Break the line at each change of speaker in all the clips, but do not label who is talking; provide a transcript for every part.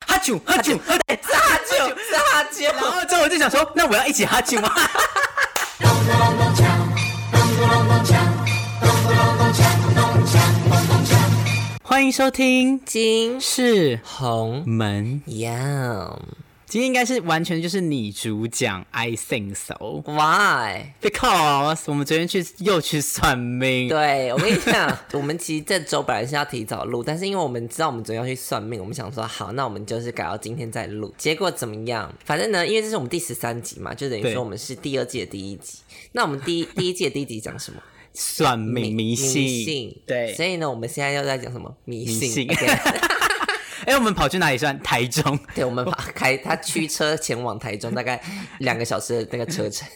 啾哈啾哈啾
是哈啾，是哈啾。
然后之后我就想说，那我要一起哈 啾吗？欢迎收听，
金
是
红
门，
Yum
今天应该是完全就是你主讲，I think so。
Why？
Because 我们昨天去又去算命，
对我跟你 讲，我们其实这周本来是要提早录，但是因为我们知道我们昨天要去算命，我们想说好，那我们就是改到今天再录。结果怎么样？反正呢，因为这是我们第十三集嘛，就等于
对
说我们是第二季的第一集。那我们第一第一季的第一集讲什么？
算命 迷信，
迷信。
对
所。以呢，我们现在又在讲什么？迷信。
迷信
OK
哎、我们跑去哪里算？台中，
对，我们把开他驱车前往台中，大概两个小时的那个 车程，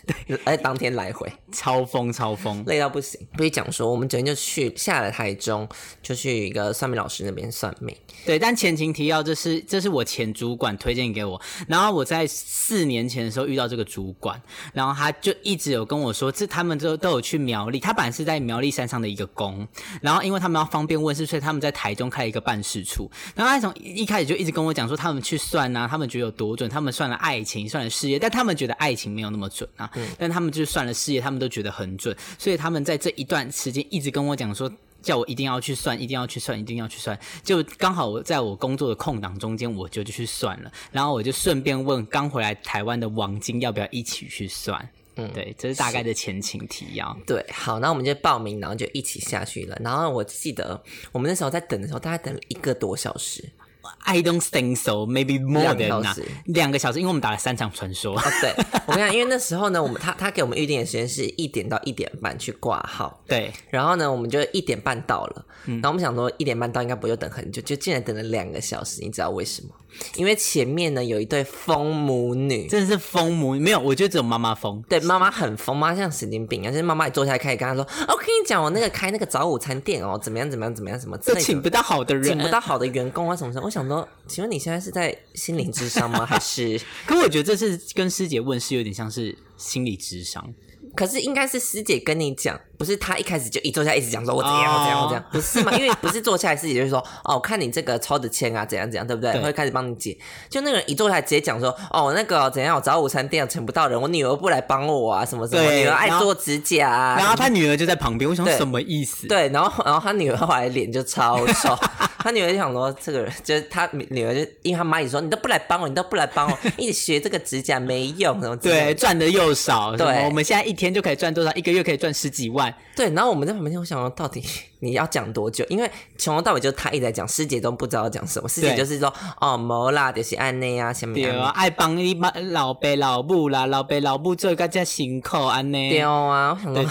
而且当天来回。
超疯超疯。
累到不行。不是讲说，我们昨天就去下了台中，就去一个算命老师那边算命。
对，但前情提要，这是这是我前主管推荐给我，然后我在四年前的时候遇到这个主管，然后他就一直有跟我说，这他们都都有去苗栗，他本来是在苗栗山上的一个宫，然后因为他们要方便问事，所以他们在台中开了一个办事处，然后他从一一开始就一直跟我讲说，他们去算啊，他们觉得有多准，他们算了爱情，算了事业，但他们觉得爱情没有那么准啊，
嗯
但他们就是算了事业，他们都觉得很准，所以他们在这一段时间一直跟我讲说。叫我一定要去算，一定要去算，一定要去算。就刚好我在我工作的空档中间，我就就去算了，然后我就顺便问刚回来台湾的王晶要不要一起去算。嗯，对，这是大概的前情提要。
对，好，那我们就报名，然后就一起下去了。然后我记得我们那时候在等的时候，大概等了一个多小时。
I don't think so, maybe more
两
than
小
that
时。
两个小时，因为我们打了三场传说。
哦，对，我跟你讲，因为那时候呢，我们他他给我们预定的时间是一点到一点半去挂号。
对，
然后呢，我们就一点半到了，然后我们想说一点半到应该不用等很久，就竟然等了两个小时，你知道为什么？因为前面呢有一对疯母女，
真的是疯魔，没有，我觉得只有妈妈疯。
对，妈妈很疯，妈妈像神经病一样，就是妈妈一坐下来开始跟她说：“哦，我跟你讲，我那个开那个早午餐店哦，怎么样怎么样怎么样什么之
都
类
请
的，
不到好的人，
请不到。好的员工啊什么什么。”我想说，请问你现在是在心灵智商吗？还是？
可我觉得这是跟师姐问是有点像是心理智商。
可是应该是师姐跟你讲，不是她一开始就一坐下来一直讲说我怎样
哦
我怎样我怎样，不是嘛？因为不是坐下来师姐就会说哦，我看你这个抽的签啊怎样怎样，对不对？
对
会开始帮你解。就那个人一坐下来直接讲说哦，那个怎样，我早午餐店请不到人，我女儿不来帮我啊，什么什么，
对
女儿爱
然后
做指甲啊，
然后她女儿就在旁边，我想说
对
什么意思？
对，然后然后他女儿后来脸就超 臭，他女儿就想说这个人就是他女儿就因为他妈也说你都不来帮我，你都不来帮我，一直学这个指甲没用什么之类
对，
的
赚的又少。什
对
么我们现在一天就可以赚多少？一个月可以赚十几万。
对，然后我们在旁边听，我想说到底你要讲多久？因为从头到尾就他一直在讲，师姐都不知道讲什么，师姐
对
就是说哦某啦就是按内啊什么
对啊，
的。
爱帮你妈老爸老母啦，老爸老母做个这么辛苦安呢。
丢啊，我想说，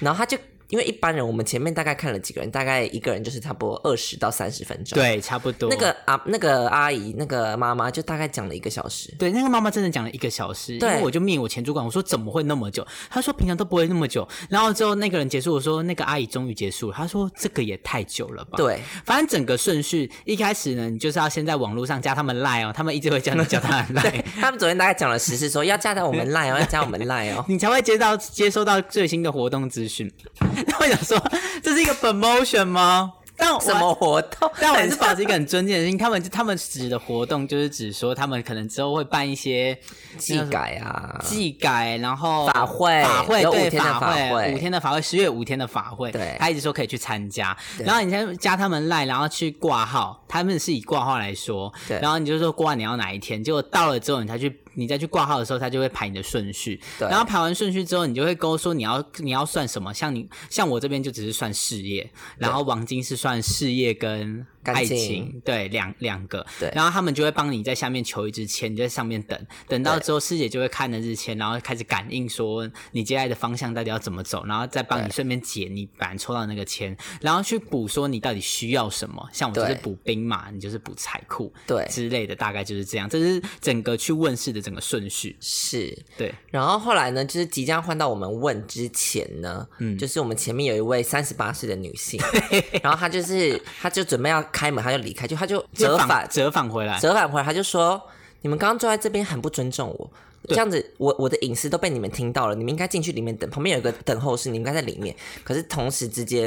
然后他就因为一般人我们前面大概看了几个人，大概一个人就是差不多二十到三十分钟。。
对，差不多。
那个啊，那个阿姨，那个妈妈就大概讲了一个小时，
对，那个妈妈真的讲了一个小时，因
对
为我就命我前主管，我说怎么会那么久？她说平常都不会那么久。然后之后那个人结束，我说那个阿姨终于结束了，她说这个也太久了吧？，
对，
反正整个顺序一开始呢，你就是要先在网络上加他们赖哦，他们一直会叫你加他 们赖，
他们昨天大概讲了十次，说要加到我们 line 哦，要加我们 line 哦。
你才会接到接收到最新的活动资讯。 那我想说，这是一个 promotion 吗？但我
什么活动？
但我 还是保持一个很尊敬的心。他们他们指的活动就是指说，他们可能之后会办一些
技改啊，
技改，然后
法会
法会
啊有五
对
天的
法
法会
五天的法会，十月五天的法会，
对
他一直说可以去参加，然后你先加他们赖，然后去挂号，他们是以挂号来说，
对
然后你就说挂你要哪一天，结果到了之后你才去。你再去挂号的时候，他就会排你的顺序，
对
然后排完顺序之后，你就会勾说你要你要算什么。像你像我这边就只是算事业，然后王晶是算事业跟
感
爱
情
对，两两个，
对
然后他们就会帮你在下面求一支签，你就在上面等，等到之后师姐就会看了日签，然后开始感应说你接下来的方向到底要怎么走，然后再帮你顺便解你本来抽到那个签，然后去补说你到底需要什么，像我就是
对
补兵马，你就是补财库，
对
之类的，大概就是这样，这是整个去问世的整个顺序，
是。
对，
然后后来呢，就是即将换到我们问之前呢，嗯，就是我们前面有一位三十八岁的女性，然后她就是，她就准备要开门，她就离开，就她就折返，
折返回来，
折返回来，她就说：“你们刚刚坐在这边很不尊重我，这样子我我的隐私都被你们听到了，你们应该进去里面等，旁边有一个等候室，你们应该在里面。”可是同时之间，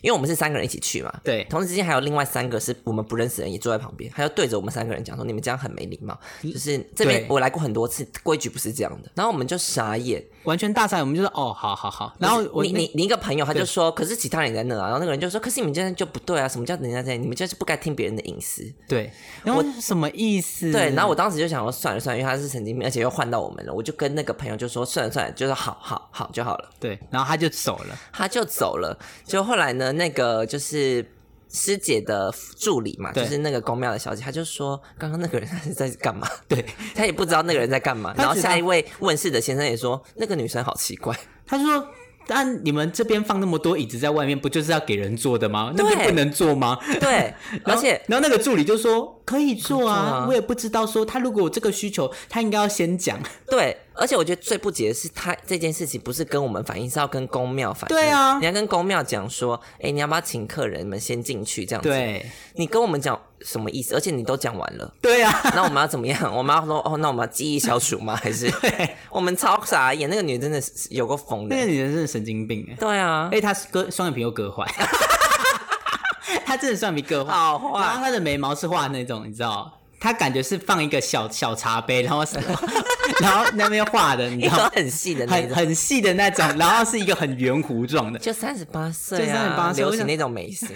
因为我们是三个人一起去嘛，
对
同时之间还有另外三个是我们不认识的人也坐在旁边，他就对着我们三个人讲说：“你们这样很没礼貌。”就是这边
嗯对
我来过很多次，规矩不是这样的。然后我们就傻眼，
完全大傻眼，我们就说哦，好好好。然后我
你你你一个朋友他就说：“可是其他人也在那啊。”然后那个人就说：“可是你们这样就不对啊！什么叫人家在？你们就是不该听别人的隐私。”
对，然后我什么意思？
对，然后我当时就想说算了算了，因为他是神经病，而且又换到我们了，我就跟那个朋友就说算了算了，就是好好好就好了，
对，然后他就走了。
他就走了。就后来呢，那个就是师姐的助理嘛，就
对
是那个公庙的小姐，她就说刚刚那个人他是在干嘛？
对，
她也不知道那个人在干嘛。
她
然后
只知道
下一位问事的先生也说那个女生好 奇怪，
他就说。但你们这边放那么多椅子在外面，不就是要给人坐的吗？那
对
边不能坐吗？
对，而
然后
且。
然后那个助理就说可以坐
可以坐
啊
啊，
我也不知道说他如果有这个需求，他应该要先讲。
对，而且我觉得最不解的是，他这件事情不是跟我们反映，是要跟公庙反映。
对啊
你要跟公庙讲说，哎、你要不要请客人们先进去这样子？，
对，
你跟我们讲什么意思？而且你都讲完了，
对啊，
那我们要怎么样？ 我们要说哦，那我们要记忆消除吗？还是我们超傻眼？那个女的真的是有个疯
那个
的，
女人真的神经病哎、
对啊
哎、，她是割双眼皮又割坏， 她真的双眼皮割坏，
好
然后
坏，
她的眉毛是画那种，你知道，她感觉是放一个小小茶杯，然后是 然后那边画的，你
你
知
说
道，
很细的那
很
种，
很细的那种，然后是一个很圆弧 状的，
就三十八岁
就
啊，
38岁
流
我
行
想
那种美型，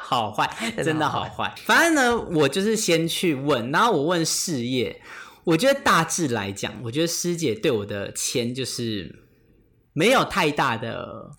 好坏，
真
真
的
的
好
好
坏
坏。反正呢，我就是先去问，然后我问事业，我觉得大致来讲，我觉得师姐对我的签就是没有太大的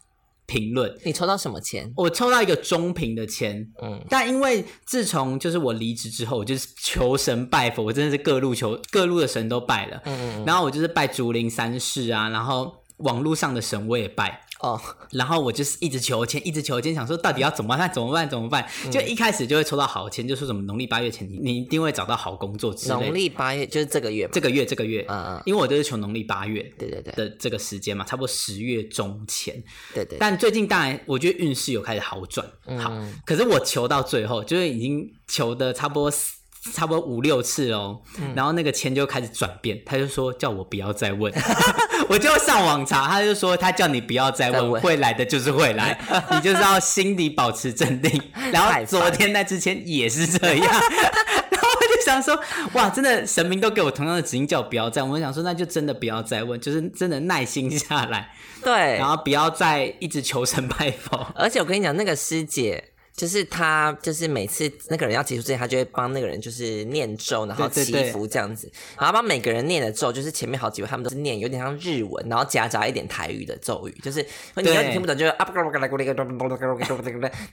评论。
你抽到什么钱？
我抽到一个中评的签，
嗯
嗯，但因为自从就是我离职之后，我就是求神拜佛，我真的是各路求各路的神都拜了，
嗯
然后我就是拜竹林三世啊，然后网络上的神我也拜，
哦，
然后我就是一直求签，一直求签，想说到底要怎么办？怎么办？怎么办？
嗯
就一开始就会抽到好签，就说什么农历八月前你你一定会找到好工作之类
农
的。
历八月就是这个月嘛，
这个月，这个月，
嗯嗯
因为我都是求农历八月
对对对
的这个时间嘛，差不多十月中前。
对对，嗯
但最近当然，我觉得运势有开始好转，好。可是我求到最后，就是已经求的差不多四差不多五六次喽，
嗯
然后那个签就开始转变，他就说叫我不要再问， 我就上网查，他就说他叫你不要再
再
问，
问
会来的就是会 来，你就是要心里保持镇定。然
太
后
烦
昨天那之前也是这样。 然后我就想说，哇，真的神明都给我同样的指令，叫我不要再问。我想说，那就真的不要再问，就是真的耐心下来。
对
然，后不要再一直求神拜佛。
而且我跟你讲，那个师姐。就是她，就是每次那个人要结束之前，她就会帮那个人就是念咒，然后
对
祈
对对
福这样子，然后帮每个人念的咒，就是前面好几位他们都是念有点像日文，然后夹杂一点台语的咒语，就是你有点听不懂，就是啊，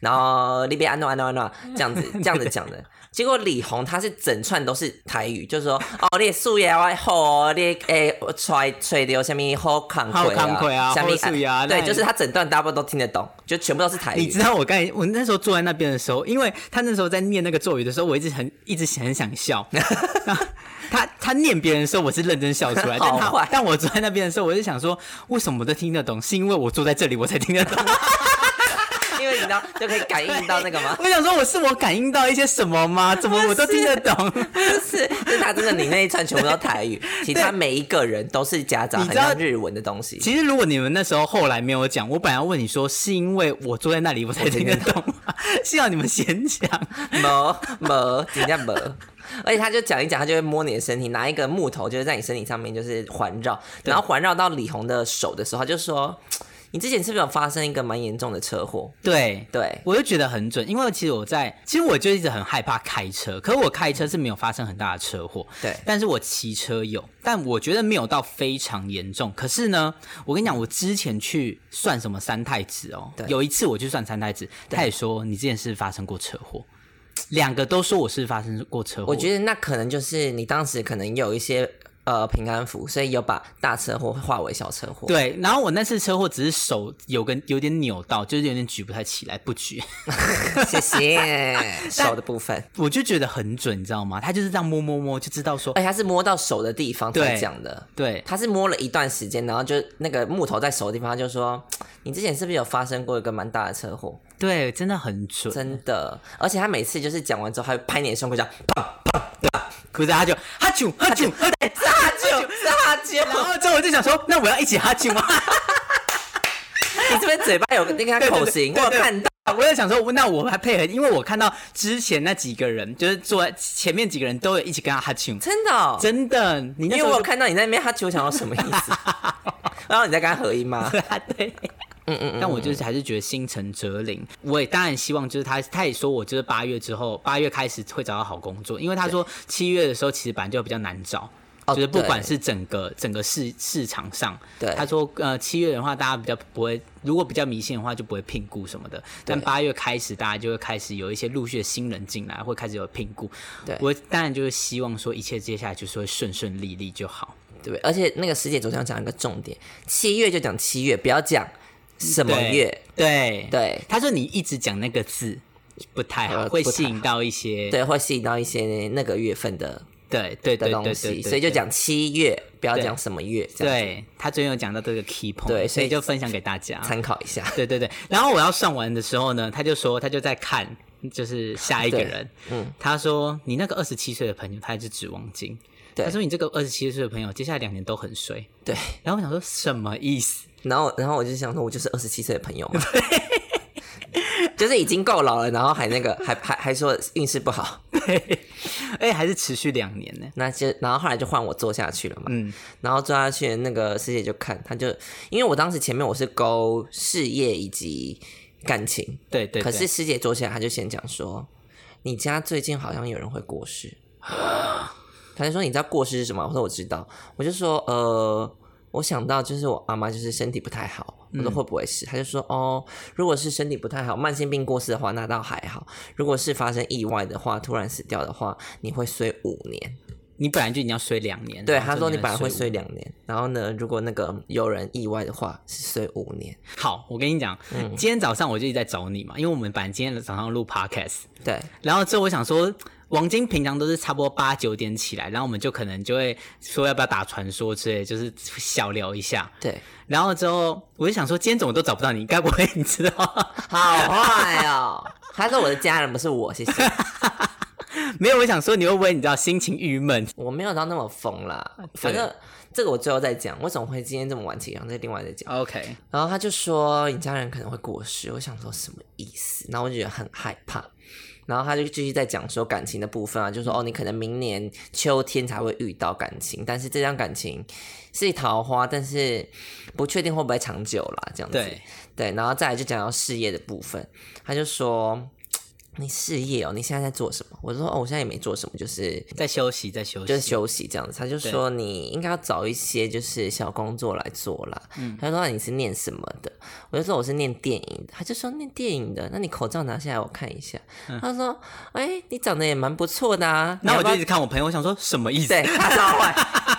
然后那边安诺安诺安诺这样子这样子讲的。结果李红他是整串都是台语，就是说哦，你的树叶我好，你诶吹吹流什么好康
好
亏
康亏啊
什么
好树叶啊
对，
那
就是他整段大部分都听得懂，就全部都是台语。
你知道我刚才我那时候坐在那边的时候，因为他那时候在念那个咒语的时候，我一直很一直很想 笑。然后他他念别人的时候，我是认真笑出来，但
好坏
他但我坐在那边的时候，我就想说，为什么我都听得懂？是因为我坐在这里我才听得懂。
因为你知道就可以感应到那个 吗？
我想说，我是我感应到一些什么 吗？怎么我都听得懂？
就是，就是他真的，你那一串全部都台语，其他每一个人都是夹杂
你
很
知道
像日文的东西。
其实如果 你们那时候后来没有讲，我本来要问你说，是因为我坐在那里我才听得懂吗？ 幸好你们先讲。
磨磨，人家磨。而且他就讲一讲，他就会摸你的身体，拿一个木头就是在你身体上面就是环绕，然后环绕到李红的手的时候，他就说：“你之前是不是有发生一个蛮严重的车祸
对？”
对，
我就觉得很准，因为其实我在，其实我就一直很害怕开车，可是我开车是没有发生很大的车祸，
对
但是我骑车有，但我觉得没有到非常严重。可是呢，我跟你讲，我之前去算什么三太子哦
嗯对，
有一次我去算三太子，他也说你之前是不是发生过车祸， 两个都说我是发生过车祸，
我觉得那可能就是你当时可能有一些呃平安符，所以有把大车祸化为小车祸。
对，然后我那次车祸只是手有根有点扭到，就是有点举不太起来，不举，
谢谢手的部分，
我就觉得很准，你知道吗？他就是这样摸摸摸就知道说，
而哎且他是摸到手的地方才
对
讲的。
对，
他是摸了一段时间，然后就那个木头在手的地方，他就说：“你之前是不是有发生过一个蛮大的车祸？”
对，真的很准，
真的，而且他每次就是讲完之后，他会拍你的胸口讲
不是他就哈啾哈啾哈啾，
“撒酒撒酒
然后之后我就想说，那我要一起哈啾吗？
你这边嘴巴有那个口型，我有看到。
我在想说，那我还配合，因为我看到之前那几个人，就是坐在前面几个人都有一起跟他哈啾，
真的哦、
真的，你那
因为
时候
我有
就
看到你在那边哈啾，我想到什么意思？然后你在跟他合音吗？
对，嗯嗯，但我就是还是觉得心诚则灵。我也当然希望，就是他他也说我就是八月之后，八月开始会找到好工作，因为他说七月的时候其实本来就比较难找。
哦
就是不管
对
是整个整个市市场上，
对
他说，呃，七月的话，大家比较不会，如果比较迷信的话，就不会聘雇什么的。但八月开始，大家就会开始有一些陆续的新人进来，会开始有聘雇。
对
我当然就是希望说，一切接下来就是会顺顺利利就好。
对，而且那个师姐昨天讲一个重点，七月就讲七月，不要讲什么
对
月。
对
对
他说你一直讲那个字不太好，
呃
会
不太
吸引到一些
对，会吸引到一些那个月份的
对对
的
对对
东
对
西，
对，
所以就
对。
讲七月，不要
对
讲什么月，这样
对他最近有讲到这个 key point，
对
所
所以
以就分享给大家。
参考一下。
对对对，然后我要算完的时候呢，他就说他就在看，就是下一个
对
人，嗯，他说你那个二十七岁的朋友，他是指望金，
对
他说你这个二十七岁的朋友，接下来两年都很衰。
对，
然后我想说什么意思？
然后然后我就想说，我就是二十七岁的朋友嘛， 就是已经够老了，然后还那个还还还说运势不好，
哎，还是持续两年呢？
那就然后后来就换我坐下去了嘛，嗯，然后坐下去的那个师姐就看，她就因为我当时前面我是勾事业以及感情，
对对，
可
对
是师姐坐下来，她就先讲说，你家最近好像有人会过世，她就说你知道过世是什么？我说我知道，我就说呃。我想到就是我阿妈就是身体不太好，我说
嗯
会不会是？她就说哦，如果是身体不太好，慢性病过世的话，那倒还好；如果是发生意外的话，突然死掉的话，你会衰五年。
你本来就已经要衰两年，
对，
然后
他说你
能
本来会
五
睡两年，然后呢，如果那个有人意外的话，是睡五年。
好，我跟你讲，
嗯
今天早上我就一直在找你嘛，因为我们本来今天早上录 podcast，
对
然后之后我想说，王晶平常都是差不多八九点起来，然后我们就可能就会说要不要打传说之类，就是小聊一下。
对，
然后之后我就想说，今天怎么都找不到你，该不会你知道？
好坏哦！他说我的家人不是我，谢谢。
没有，我想说你会不会你知道心情郁闷？
我没有到那么疯啦，
啊对
反正这个我最后再讲，为什么会今天这么晚起，然后再另外再讲。
OK，
然后他就说你家人可能会过世，我想说什么意思？然后我就觉得很害怕。然后他就继续在讲说感情的部分啊，就说哦，你可能明年秋天才会遇到感情，但是这段感情是桃花，但是不确定会不会长久啦，这样子。
对
对，然后再来就讲到事业的部分，他就说你事业哦，你现在在做什么？我说哦，我现在也没做什么，就是
在休息，在休息，
就是休息这样子。他就说你应该要找一些就是小工作来做啦。
嗯
他就说那啊你是念什么的？我就说我是念电影的。他就说念电影的，那你口罩拿下来我看一下。他说哎、你长得也蛮不错的啊。
然后嗯
你要
我
不
就
要
一直看我朋友，我想说什么意思？
对 他超坏，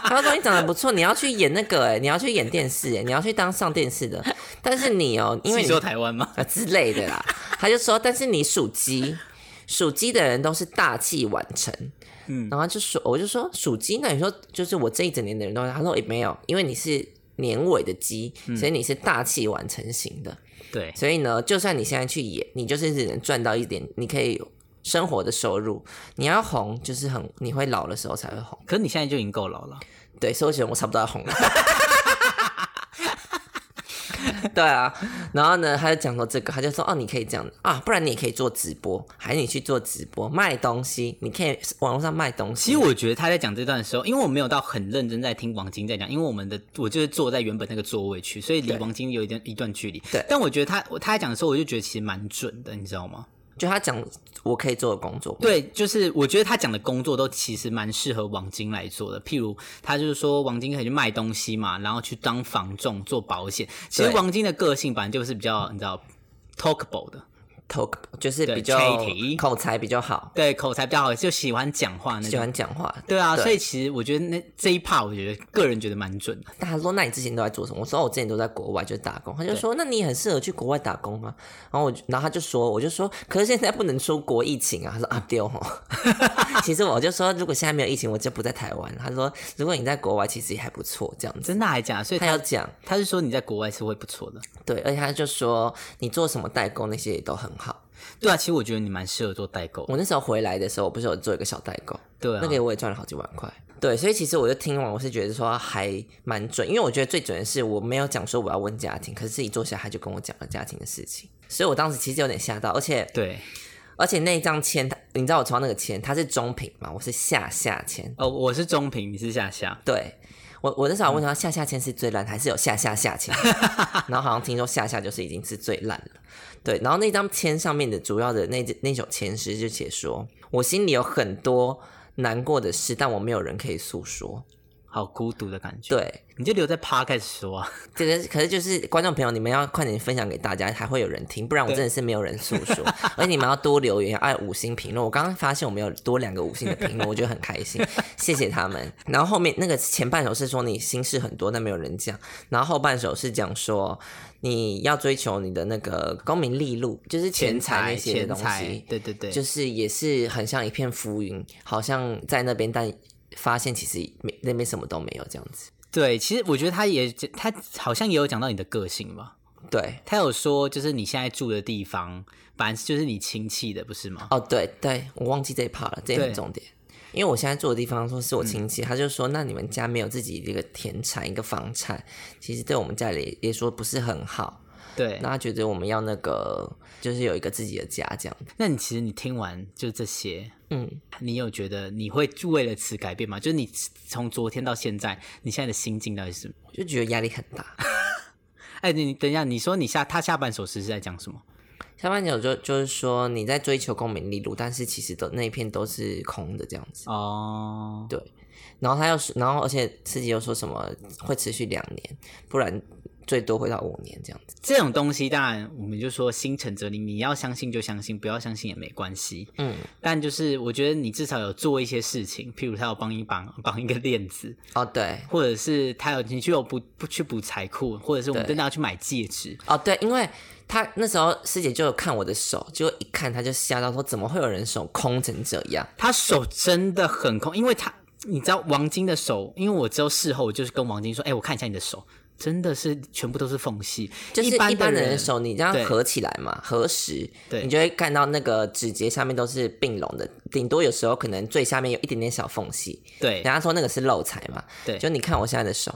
他说你 长得不错，你要去演那个哎、你要去演电视哎、你要去当上电视的。但是你哦、因为
是
你
说台湾吗？
啊之类的啦。他就说，但是你属鸡，属鸡的人都是大器晚成。嗯，然后他就说，我就说属鸡，那你说就是我这一整年的人都，他说也没有，因为你是年尾的鸡，所以你是大器晚成型的，
对
所以呢，就算你现在去演，你就是只能赚到一点，你可以生活的收入。你要红，就是很你会老的时候才会红。
可是你现在就已经够老了，
对，所以我觉得我差不多要红了。 对啊，然后呢，他就讲说这个，他就说哦，你可以这样啊，不然你也可以做直播，还是你去做直播卖东西，你可以网络上卖东西。
其实我觉得他在讲这段的时候，因为我没有到很认真在听王晶在讲，因为我们的我就是坐在原本那个座位区，所以离
对
王晶有一段一段距离。
对
但我觉得他他在讲的时候，我就觉得其实蛮准的，你知道吗？
就他讲我可以做的工作，
对，就是我觉得他讲的工作都其实蛮适合王晶来做的，譬如他就是说王晶可以去卖东西嘛，然后去当房仲做保险。其实
对
王晶的个性本来就是比较你知道 talkable 的，
头就是
对
比较
吹题
口才比较好，
对，口才比较好，就喜欢讲话那
喜
种。
欢讲话。
对啊，
对
所以其实我觉得那这一 part 我觉得个人觉得蛮准的。
但他说那你之前都在做什么？我说哦我之前都在国外就是打工。他就说那你也很适合去国外打工啊。然后我就然后他就说我就说可是现在不能出国疫情啊。他说啊丢吼。 其实我就说如果现在没有疫情，我就不在台湾了。他说如果你在国外其实也还不错这样子。
真的还假的？所以
他
他
要讲
他是说你在国外是会不错的。
对，而且他就说你做什么代工那些也都很好。
对啊，其实我觉得你蛮适合做代购。
我那时候回来的时候，我不是有做一个小代购，
对啊，
那个我也赚了好几万块。对，所以其实我就听完，我是觉得说还蛮准，因为我觉得最准的是我没有讲说我要问家庭，可是自己坐下他就跟我讲了家庭的事情，所以我当时其实有点吓到，而且
对
而且那一张签，它你知道我抽到那个签，它是中品嘛，我是下下签，
哦，我是中平，你是下下，
对我我那时候问他下下签是最烂还是有下下下签，然后好像听说下下就是已经是最烂了。对，然后那张签上面的主要的那那首前诗就写说，我心里有很多难过的事，但我没有人可以诉说。
好孤独的感觉。，
对，
你就留在 p 开始说啊。
这个可是就是观众朋友，你们要快点分享给大家，还会有人听，不然我真的是没有人诉 说。而且你们要多留言，要按五星评论。我刚刚发现我们有多两个五星的评论，我觉得很开心，谢谢他们。然后后面那个前半首是说你心事很多，但没有人讲，然后后半首是讲说你要追求你的那个功名利禄，就是 钱财那些
钱
的东
财
西，。
对对对，
就是也是很像一片浮云，好像在那边，但发现其实没那边什么都没有这样子。
对。其实我觉得他也他好像也有讲到你的个性吧，
对，
他有说就是你现在住的地方，反正就是你亲戚的，不是吗？
哦，对对，我忘记这一 part 了，这也
对嗯
很重点。因为我现在住的地方说是我亲戚，他就说那你们家没有自己一个田产一个房产，其实对我们家里也说不是很好。
对
那。他觉得我们要那个就是有一个自己的家这样。
那你其实你听完就这些，
嗯，
你有觉得你会为了此改变吗？就是你从昨天到现在，你现在的心境到底是什么？
我就觉得压力很大。
哎，你你等一下，你说你下他下半首诗是在讲什么？
下半年就就是说你在追求功名利禄，但是其实都那一片都是空的这样子。
哦，
对，然后他又是，然后而且自己又说什么会持续两年，不然最多会到五年这样子。
这种东西当然我们就说心诚则灵，你要相信就相信，不要相信也没关系。
嗯，
但就是我觉得你至少有做一些事情，譬如他有帮你绑绑一个链子，
哦对，
或者是他有你去有补不去补财库，或者是我们
对
真的要去买戒指。
哦，对，因为他那时候师姐就有看我的手，结果一看他就吓到说，怎么会有人手空成这样？
他手真的很空，因为他你知道王晶的手，因为我之后事后我就是跟王晶说，哎、我看一下你的手，真的是全部都是缝隙，
就是一
般
般
人
人手，你这样
对
合起来嘛，合十，
对
你就会看到那个指节下面都是并拢的，顶多有时候可能最下面有一点点小缝隙。
对
人家说那个是漏财嘛，
对
就你看我现在的手，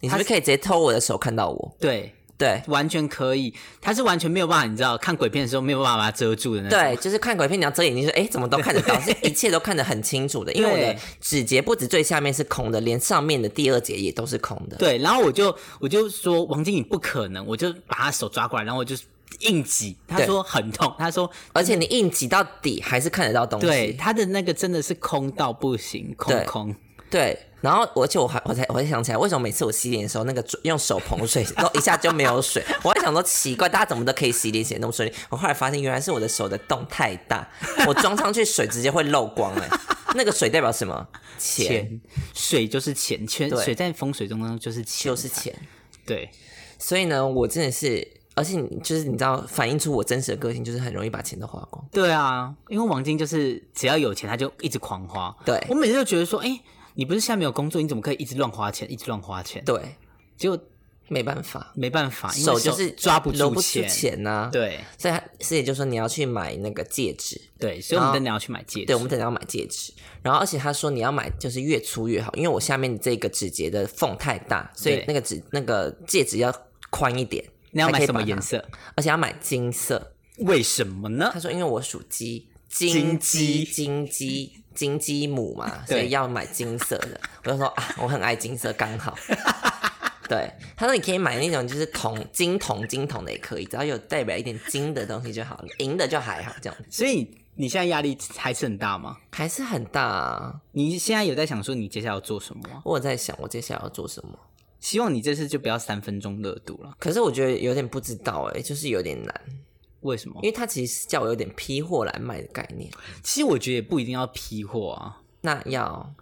你是
它
不是可以直接偷我的手看到我？
对。
对
完全可以，他是完全没有办法，你知道，看鬼片的时候没有办法把它遮住的那种。
对，就是看鬼片，你要遮眼睛，说哎，诶怎么都看得到，是一切都看得很清楚的。因为我的
对
指节不止最下面是空的，连上面的第二节也都是空的。
对然后我就我就说王晶你不可能，我就把他手抓过来，然后我就硬挤，他
对
说很痛，他说
而且你硬挤到底还是看得到东西。
对，他的那个真的是空到不行，空
对
空。
对然后而且我还我才我才想起来，为什么每次我洗脸的时候，那个水用手捧水，然后一下就没 有水。我还想说奇怪，大家怎么都可以洗脸洗得那么顺利？我后来发现原来是我的手的洞太大，我装上去水直接会漏光 哎、那个水代表什么？钱。
钱水就是钱，钱
对
水在风水中呢就是钱，
就是钱，
对
所以呢，我真的是，而且你就是你知道，反映出我真实的个性，就是很容易把钱都花光。
对啊，因为王晶就是只要有钱他就一直狂花。
对
我每次都觉得说，哎、你不是现在没有工作，你怎么可以一直乱花钱，一直乱花钱？
对，
结果
没办法，
没办法，因为
手就是
抓不
搂
住
不出钱啊呐、
对
所以他师姐就说你要去买那个戒指，
对，所以我
然
们
后
真的要去买戒指。
对，我们等一下要买戒指。然后而且他说你要买就是越粗越好，因为我下面这个指节的缝太大，所以
对
那个指那个戒指要宽一点。
你要
才
买
可以
什么
把它
颜？色？
而且要买金色。
为什么呢
他？说因为我属鸡，
金
金
鸡
鸡金鸡金鸡母嘛，所
对
以要买金色的。我就说啊，我很爱金色，刚好。对，他说你可以买那种就是铜金铜金铜的也可以，只要有代表一点金的东西就好了，银的就还好这样，
所以你现在压力还是很大吗？
还是很大、啊。
你现在有在想说你接下来要做什么吗？
我有在想我接下来要做什么。
希望你这次就不要三分钟热度了。
可是我觉得有点不知道哎、就是有点难，
为什么
因？为它其实是叫我有点批货来卖的概念。
其实我觉得也不一定要批货啊，
那要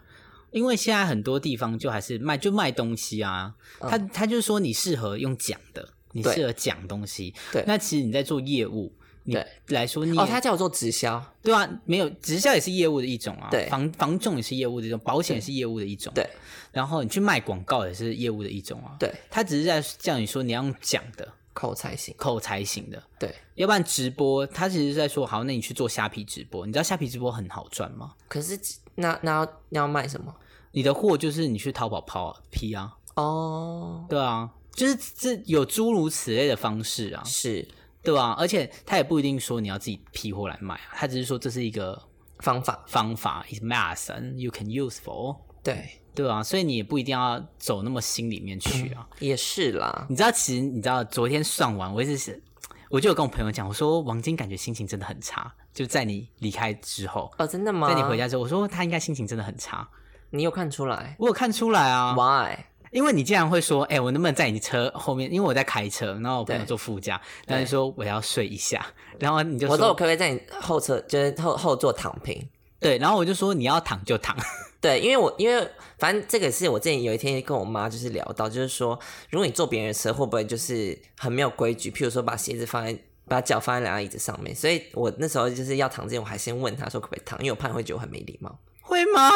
因为现在很多地方就还是卖就卖东西啊，他他就是说你适合用讲的，你
嗯对
适合讲东西。
对
那其实你在做业务，你
对
来说你也
哦，他叫我做直销，
对啊，没有直销也是业务的一种啊，
对
房房仲也是业务的一种，保险也是业务的一种，
对。
然后你去卖广告也是业务的一种啊，
对，
他只是在叫你说你要用讲的，
口才型，
口才型的，
对。
要不然直播，他其实是在说，好，那你去做虾皮直播，你知道虾皮直播很好赚吗？
可是那那要那要卖什么？
你的货就是你去淘宝抛啊批啊，
哦，
对啊，就是这有诸如此类的方式啊，
是
对啊，而且他也不一定说你要自己批货来卖啊，他只是说这是一个
方法，
方法，is math and you can use for，
对，
对啊，所以你也不一定要走那么心里面去啊。
也是啦。
你知道，其实你知道，昨天算完，我一直是，我就有跟我朋友讲，我说王晶感觉心情真的很差，就在你离开之后，
哦，真的吗？
在你回，家之后，我说他应该心情真的很差，
你有看出来
我有看出来啊，
？Why？
因为你竟然会说，哎、我能不能在你车后面？因为我在开车，然后我朋友
对
坐副驾，然后就说我要睡一下，然后你就
我说我
说
可不可以在你后侧，就是后后座躺平？
对，然后我就说你要躺就躺，
对，因为我因为反正这个是我之前有一天跟我妈就是聊到，就是说如果你坐别人的车，会不会就是很没有规矩？譬如说把鞋子放在。把脚放在两张椅子上面，所以我那时候就是要躺之前，我还先问他说可不可以躺，因为我怕你会觉得我很没礼貌。
会吗？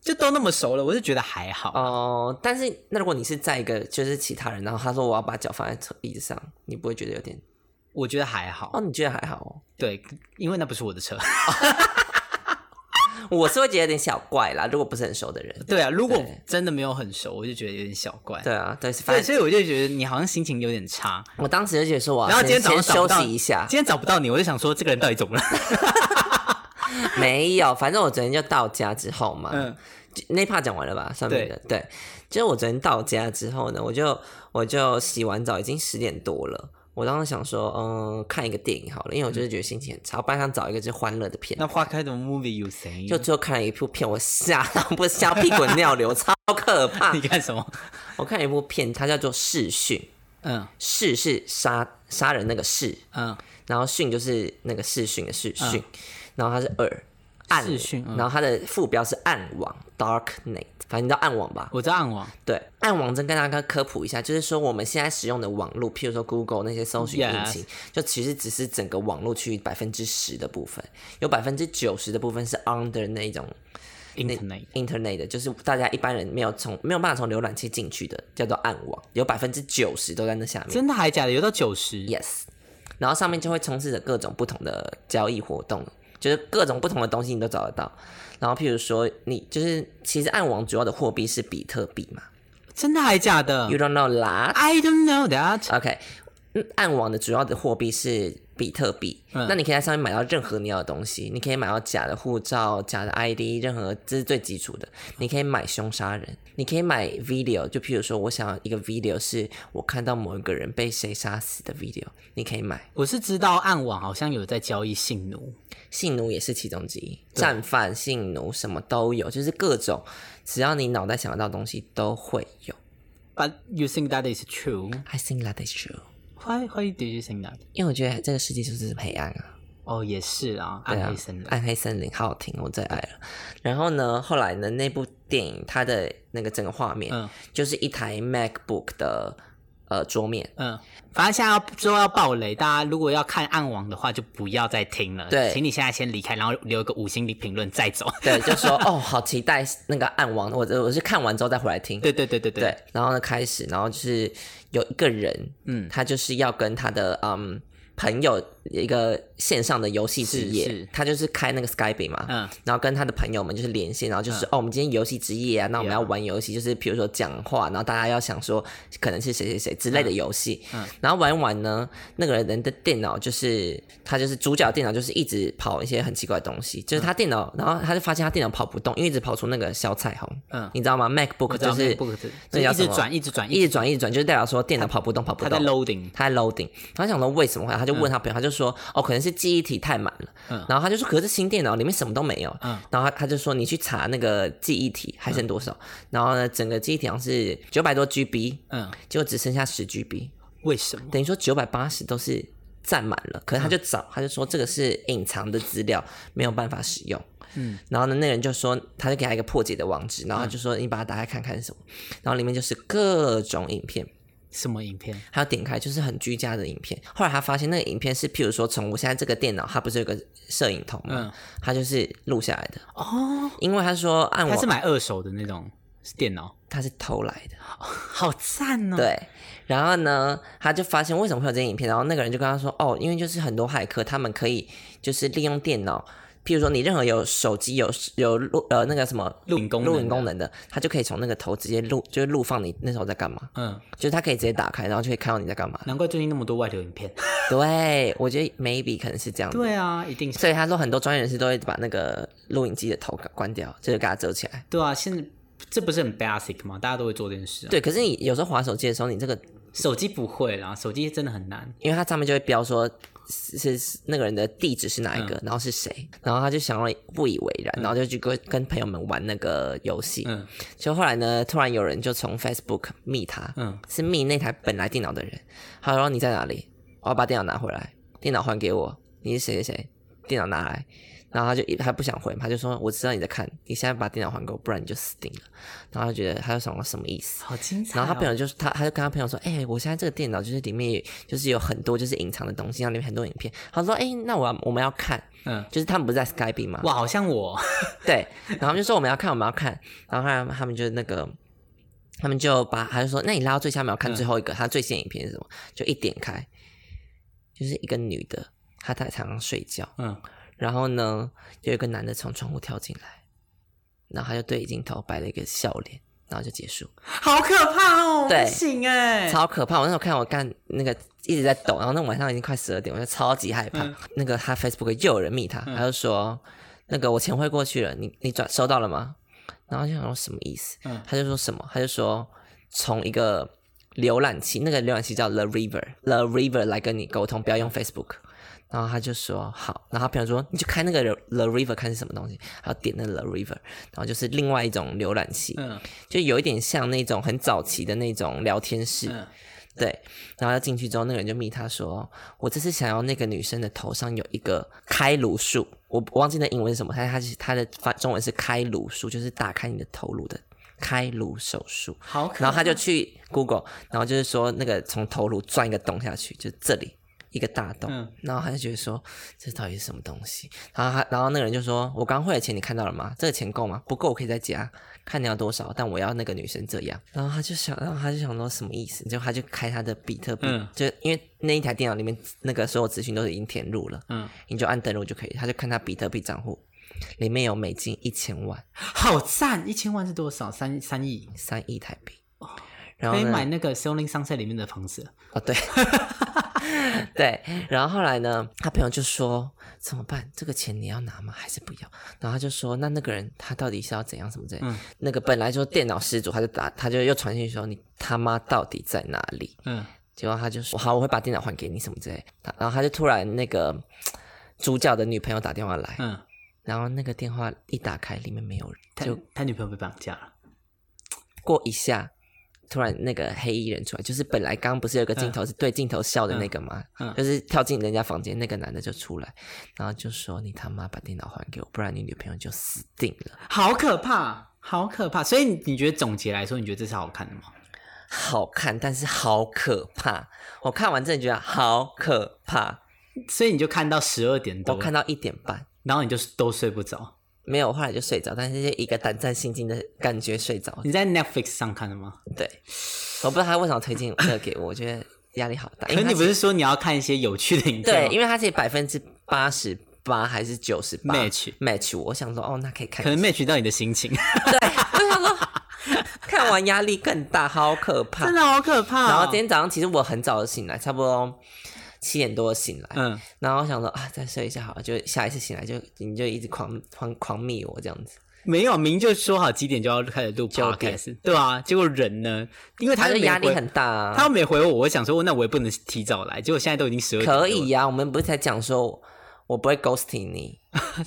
就都那么熟了，我是觉得还好。
哦、但是那如果你是在一个就是其他人，然后他说我要把脚放在车椅子上，你不会觉得有点
我觉得还好
哦？，你觉得还好哦？
对，因为那不是我的车。
我是会觉得有点小怪啦，如果不是很熟的人。
对啊，如果
对
真的没有很熟，我就觉得有点小怪。
对啊，对，反
对，所
正
以我就觉得你好像心情有点差。
我当时就觉得说我要
然后今天
啊先
早上找不
先休
到
息 一下，
今天找不到你，我就想说这个人到底怎么了？
没有，反正我昨天就到家之后嘛，
嗯，
就那 part 讲完了吧？算
对
没的。对，就是我昨天到家之后呢，我就我就洗完澡，已经十点多了。我当时想说，嗯，看一个电影好了，因为
嗯
我就是觉得心情很差，我本来想找一个就是欢乐的片
那，花开的 movie you say，
就最后看了一部片，我吓到不是吓屁滚尿 流，超可怕
你。干什么？
我看了一部片，它叫做《试训》，
嗯
试是杀杀人那个试，
嗯，
然后训就是那个视讯的视讯，然后它是二暗
视讯嗯
然后它的副标是暗网 dark net，反正你知道暗网吧？
我在暗网
对，暗网真跟大家科普一下，就是说我们现在使用的网络，譬如说 Google 那些搜寻引
Yes
擎就其实只是整个网络区域百分之十的部分，有百分之九十的部分是 under 那一种
internet。
Internet 的，就是大家一般人没有从没有办法从浏览器进去的，叫做暗网，有百分之九十都在那下面。
真的还假的？有到九十
Yes，然后上面就会充斥着各种不同的交易活动，就是各种不同的东西你都找得到。然后譬如说你就是其实暗网主要的货币是比特币嘛、
真的还假的
y o u don't know that。
？I don't know that。
OK，嗯暗网的主要的货币是比特币，
嗯
那你可以在上面买到任何你要的东西，你可以买到假的护照、假的 ID，任何这是最基础的。你可以买凶杀人，你可以买 video，就譬如说我想要一个 video 是我看到某一个人被谁杀死的 video，你可以买。
我是知道暗网好像有在交易性奴，
性奴也是其中之一，战犯、性奴什么都有，就是各种只要你脑袋想得到的东西都会有。
but you think that is true?
I think that is true，
Why why do you think that?
因为我觉得这个世界就是这么黑暗啊，
哦，也是啊，
对
暗
啊
黑森林，
暗黑森林好好听，我最爱了。然后呢，后来呢，那部电影它的那个整个画面、
嗯
就是一台 MacBook 的呃桌面，
嗯，反正现在要说要爆雷，大家如果要看暗网的话，就不要再听了。
对
请你现在先离开，然后留个五星的评论再走。
对，就说哦，好期待那个暗网，我我是看完之后再回来 听。
对对对对对，
对，然后呢开始，然后就是有一个人，嗯，他就是要跟他的嗯朋友一个线上的游戏之
是
夜
是，
他就是开那个 Skype 嘛，
嗯
然后跟他的朋友们就是连线，然后就是、哦，我们今天游戏之夜啊，那我们要
Yeah
玩游戏，就是比如说讲话，然后大家要想说可能是谁谁谁之类的游戏，
嗯
然后玩一玩呢，那个人的电脑就是他就是主角电脑就是一直跑一些很奇怪的东西，就是他电脑，然后他就发现他电脑跑不动，因为一直跑出那个小彩虹，
嗯
你知道吗？MacBook
我知道
就
那
是
个 book 字
那
就
叫
一直
什么
转，一直转，
一直转一直转，就是代表说电脑跑不动，跑不
他在
动。
loading。
他在 loading，他想说为什么会，他就问他朋友，他就说哦，可能是记忆体太满了，
嗯
然后他就说可是新电脑里面什么都没有，
嗯
然后他他就说你去查那个记忆体还剩多少，然后呢整个记忆体好像是九百多 GB，
嗯，
结果只剩下十 GB，
为什么？
等于说九百八十都是占满了，
嗯
可是他就找，他就说这个是隐藏的资料，没有办法使用。嗯，然后呢，那个人就说，他就给他一个破解的网址，然后他就
嗯
说你把它打开看看是什么，然后里面就是各种影片，
什么影片？
还有点开就是很居家的影片。后来他发现那个影片是，譬如说从我现在这个电脑，它不是有个摄影头吗？
嗯
他就是录下来的，
哦，
因为他说按
他是
我
买二手的那种，是电脑，
他是偷来的。
好赞哦！，
对，然后呢，他就发现为什么会有这些影片，然后那个人就跟他说，哦，因为就是很多骇客他们可以就是利用电脑，譬如说你任何有手机有有录呃那个什么
录影功能
录影功
的
能的，他就可以从那个头直接录，就是录放你那时候在干嘛，
嗯，
就是他可以直接打开，然后就可以看到你在干 嘛。
难怪最近那么多外流影 片。
对，我觉得 maybe 可能是这样子。
对啊，一定是。
所以他说很多专业人士都会把那个录影机的头关掉，就是给它遮起来。
对啊，现在这不是很 basic 吗？大家都会做这件事、啊。，
对，可是你有时候滑手机的时候，你这个
手机不会啦，手机真的很难。
因为它上面就会标说是是是那个人的地址是哪一个，然后是谁，然后他就想了不以为然，然后就去跟跟朋友们玩那个游戏。
嗯，
就后来呢，突然有人就从 Facebook 密他，
嗯
是密那台本来电脑的人，他说你在哪里？我要把电脑拿回来，电脑还给我，你是谁谁谁？电脑拿来。然后他就一他不想回，他就说我知道你在看，你现在把电脑还给我，不然你就死定了。然后他觉得他就想说什么意思？
好精彩、哦
然后他朋，友就是他，他就跟他朋友说：“哎、我现在这个电脑就是里面就是有很多就是隐藏的东西，然后里面很多影片。”他说：“哎、那我要我们要看，
嗯，
就是他们不是在 Skype 吗？
哇，好像我，
对，然后他们就说我们要看，我们要看。然后后来他们就那个，他们就把他就说：那你拉到最下面，我看最后一个，他最新的影片是什么？就一点开，就是一个女的，她在床上睡觉，
嗯，
然后呢，有一个男的从窗户跳进来，然后他就对镜头摆了一个笑脸，然后就结束。”
好可怕哦，
对
不行哎、
超可怕！我那时候看我干那个一直在抖，然后那晚上已经快十二点，我就超级害怕。
嗯
那个他 Facebook 又有人密他，他就说那个我钱汇过去了，你你转收到了吗？然后就想说什么意思？
嗯
他就说什么？他就说从一个浏览器，那个浏览器叫 The River，The River 来跟你沟通，不要用 Facebook。然后他就说好，然后他朋友说你就开那个 The River 看是什么东西，然后点那个 The River，然后就是另外一种浏览器，
嗯
就有一点像那种很早期的那种聊天室，
嗯，
对，然后他进去之后，那个人就密他说：“我这次想要那个女生的头上有一个开颅术，我我忘记那英文是什么，但是他是他的翻中文是开颅术，就是打开你的头颅的开颅手术。”
好可怕。
然后他就去 Google，然后就是说那个从头颅钻一个洞下去，就这里一个大洞。
嗯
然后他就觉得说这到底是什么东西？然后他然后那个人就说：“我刚汇的钱你看到了吗？这个钱够吗？不够我可以再加，看你要多少，但我要那个女生这样。”然后他就想，然后他就想说什么意思？就他就开他的比特币，
嗯
就因为那一台电脑里面那个所有资讯都已经填入了，
嗯，
你就按登录就可以。他就看他比特币账户里面有美金一千万，
好赞，一千万是多少？三三亿，
三亿台币。然后
哦可以
呢？
买那个《Selling Sunset》里面的房子。
哦，对，对。然后后来呢，他朋友就说怎么办？这个钱你要拿吗？还是不要？然后他就说，那那个人他到底是要怎样什么之类的。
嗯
那个本来说电脑失主，他就打，他就又传讯息说你他妈到底在哪里？
嗯，
结果他就说好，我会把电脑还给你什么之类的。然后他就突然那个主角的女朋友打电话来，
嗯，
然后那个电话一打开，里面没有人，
他
就
他女朋友被绑架了。
过一下，突然那个黑衣人出来，就是本来刚刚不是有个镜头是对镜头笑的那个吗？
嗯嗯
就是跳进人家房间那个男的就出来，然后就说：“你他妈把电脑还给我，不然你女朋友就死定了。
好可怕，好可怕！所以你你觉得总结来说，你觉得这是好看的吗？”
好看，但是好可怕。我看完真的觉得好可怕。
所以你就看到十二点
我
多，
看到一点半，
然后你就都睡不着。
没有，我后来就睡着，但是就一个胆战心惊的感觉睡着了。
你在 Netflix 上看的吗？
对，我不知道他为什么推荐这个给我，我觉得压力好大。
可
因为
是
他
你不是说你要看一些有趣的影片
对
吗？，
因为它是百分之八十八还是九十八
Match
match，我想说哦，那可以看
可
一
能
下。
match 到你的心情，
对，我想说看完压力更大，好可怕
真。的啊好可怕、哦
然后今天早上其实我很早就醒来，差不多七点多醒来，
嗯，
然后我想说啊，再睡一下好了，就下一次醒来就你就一直狂狂狂密我这样子，
没有明就说好几点就要开始录
就
podcast，对啊，结果人呢，因为
他
他
就
就
压力
没回
很大、
他
啊。
又没回我，我想说那我也不能提早来，结果现在都已经十二点多了，
可以啊呀、我们不是才讲说我不会 ghosting 你。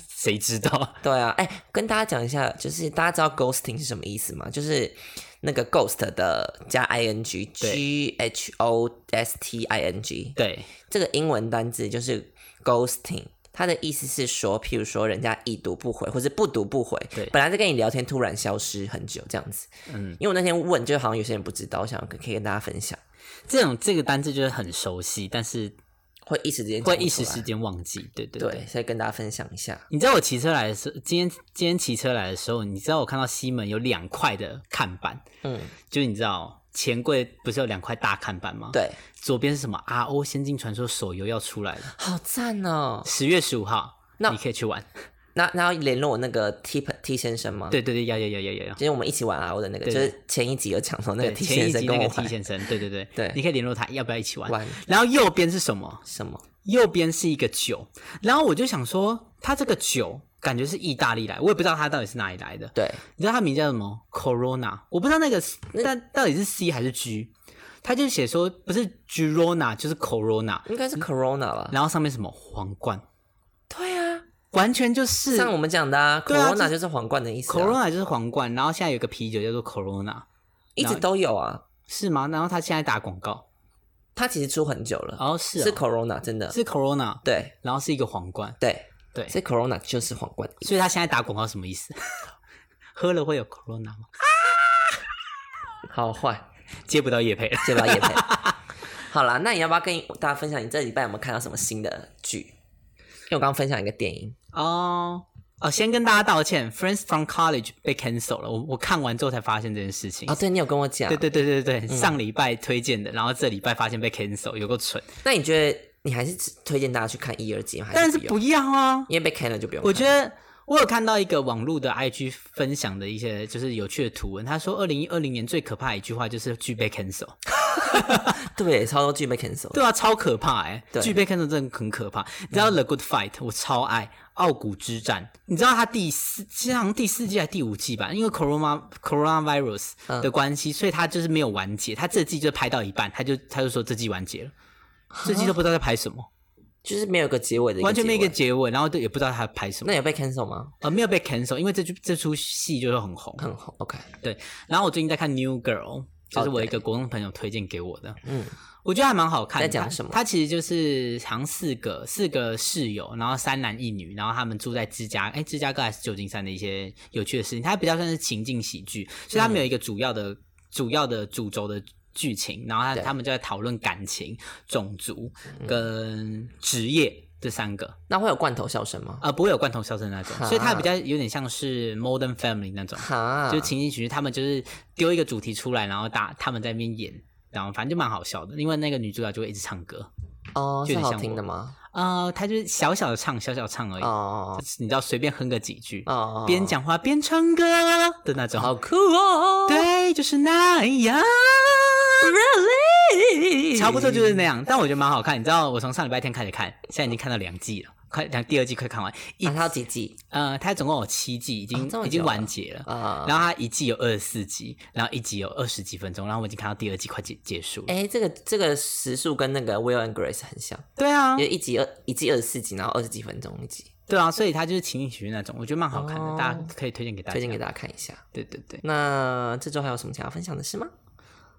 谁知道？
对啊，哎、跟大家讲一下，就是大家知道 ghosting 是什么意思吗？就是那个 ghost 的加 i n g
对
g h o s t i n g
对，
这个英文单字就是 ghosting，它的意思是说，譬如说人家已读不回，或是不读不回
对，
本来在跟你聊天，突然消失很久这样子。
嗯，
因为我那天问，就好像有些人不知道，我想可以跟大家分享。
这种这个单字就是很熟悉，但是
会一时之间
会
讲不
一
出
时
来
之间忘记。对对对。
对，所以跟大家分享一下。
你知道我骑车来的时候，今天今天骑车来的时候，你知道我看到西门有两块的看板，
嗯，
就是你知道钱柜不是有两块大看板吗？，
对，
左边是什么？RO《仙境传说》手游要出来了，
好赞哦。
十月十五号，
那
你可以去玩。
那那要联络我那个 T T 先生吗？，
对对对，要要要要要要。
就是我们一起玩 RO 的那个，
对
就是前一集有讲到那
对，
个 T
前
先
一集
生
那
跟
个
我
T
玩
先生，对对对，
对
你可以联络他，要不要一起玩？
玩
然后右边是什么？
什么？
右边是一个酒，然后我就想说，它这个酒感觉是意大利来，我也不知道它到底是哪里来的。
对，
你知道它名叫什么？Corona，我不知道那个是但到底是 C 还是 G，它就写说不是 Girona 就是 Corona，
应该是 Corona 吧？
然后上面什么皇冠，
对啊，
完全就是
像我们讲的啊
对啊
，Corona
就
就是皇冠的意思啊，
Corona 就是皇冠，然后现在有一个啤酒叫做 Corona，
一直都有啊。
是吗？然后它现在打广告，
它其实出很久了，
哦是哦
是 Corona 真的，
是哎 Corona，
对
然后是一个皇冠，
对
对，
所以 Corona 就是皇冠的意思。
所以它现在打广告什么意思？ 喝了会有 Corona 吗？
好坏，
接不到叶配了。
对吧？也 配。好啦，那你要不要跟大家分享你这礼拜有没有看到什么新的剧？因为我刚刚分享一个电影，
哦哦，先跟大家道歉，Friends from College 被 cancel 了。我我看完之后才发现这件事情。
哦，对你有跟我讲，
哎对对对对对，上礼拜推荐的，然后这礼拜发现被 cancel，有够蠢。
那你觉得你还是只推荐大家去看一、二季吗？还
当然是
不用
不要啊！
因为被 can 了就不用看。
我觉得我有看到一个网络的 IG 分享的一些就是有趣的图文，他说二零二零年最可怕的一句话就是剧被 cancel。
对，超多剧被 cancel。
对啊，超可怕哎、欸！
对嗯
剧被看成真的很可怕。你知道《The Good Fight》我超爱，《傲骨之战》，你知道它第四，其实好像第四季还是第五季吧？因为 Corona Coronavirus
嗯
的关系，所以它就是没有完结。它这季就拍到一半，他就他就说这季完结了，这季都不知道在拍什么，
就是没有啊一个结尾的，
完全没有一个
结尾。
结尾，然后都也不知道他在拍什么
那。有被 cancel 吗？
呃，没有被 cancel，因为这剧这出戏就是很红。
很红，OK。
对，然后我最近在看《New Girl》，就是
嗯哦
我一个
对
国中朋友推荐给我的。
嗯，
我觉得还蛮好看的。
在讲什么
它它其实就是好像四个四个室友，然后三男一女，然后他们住在芝加，哎，芝加哥还是旧金山的一些有趣的事情。它比较算是情境喜剧，所以
嗯
它没有一个主要的、主要的主轴的剧情，然后他
对
他们就在讨论感情、种族
嗯
跟职业。这三个
那会有罐头笑声吗？
啊、呃不会有罐头笑声那种，所以它比较有点像是 Modern Family 那种，
哈，
就情景喜剧，他们就是丢一个主题出来，然后大他们在那边演，然后反正就蛮好笑的，因为那个女主角就会一直唱歌，
哦，
就是有点
好
像
听
我
的吗？
呃，她就是小小的唱，小小唱而已，
哦
你知道随便哼个几句，
哦哦，
边讲话边唱歌的那种，
好酷哦，
哦对，就是那样。
，really，
差不多就是那样，但我觉得蛮好看。你知道，我从上礼拜天开始看，现在已经看到两季了，快两第二季快看完。一
那它有几季
呃，它总共有七季，已经、
啊哦这么
已经
久
完
了
结了。
啊？
然后它一季有二十四集，然后一集有二十几分钟，然后我已经看到第二季快结结束了。
哎，这个这个时速跟那个 Will and Grace 很像，
对啊
就，一集二一季二十四集，然后二十几分钟一集，
对啊，所以它就是情景喜剧那种，我觉得蛮好看的，
哦
大家可以推荐给大家。
推荐给大家看一下。
对对对，
那这周还有什么想要分享的事吗？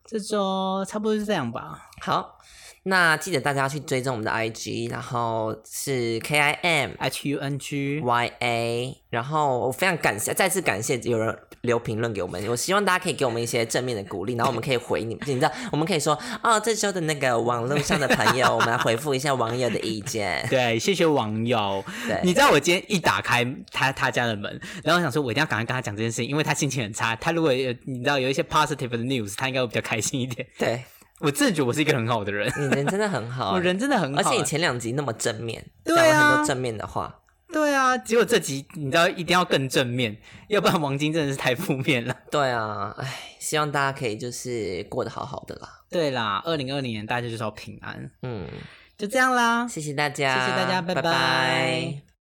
这周差不多是这样吧。
好，那记得大家去追踪我们的 IG，然后是 K I M
H U N G，
Y A，然后我非常感谢，再次感谢有人留评论给我们。我希望大家可以给我们一些正面的鼓励，然后我们可以回你们，你知道，我们可以说哦，这周的那个网络上的朋友，我们来回复一下网友的意见。
对，谢谢网友。
对
你知道我今天一打开他他家的门，然后我想说，我一定要赶快跟他讲这件事情，因为他心情很差。他如果有你知道有一些 positive 的 news，他应该会比较开心一点。
对，
我真的觉得我是一个很好的人，
你人真的很好、
我人真的很好。
哦
欸
而且你前两集那么正面，
对
讲
啊
了很多正面的话，
对啊，只有这集你知道一定要更正面， 要不然王晶真的是太负面了。
对啊，哎，希望大家可以就是过得好好的啦。
对啦，二零二零年大家就是要平安，
嗯，
就这样啦。
谢谢大家，
谢谢大家拜拜
拜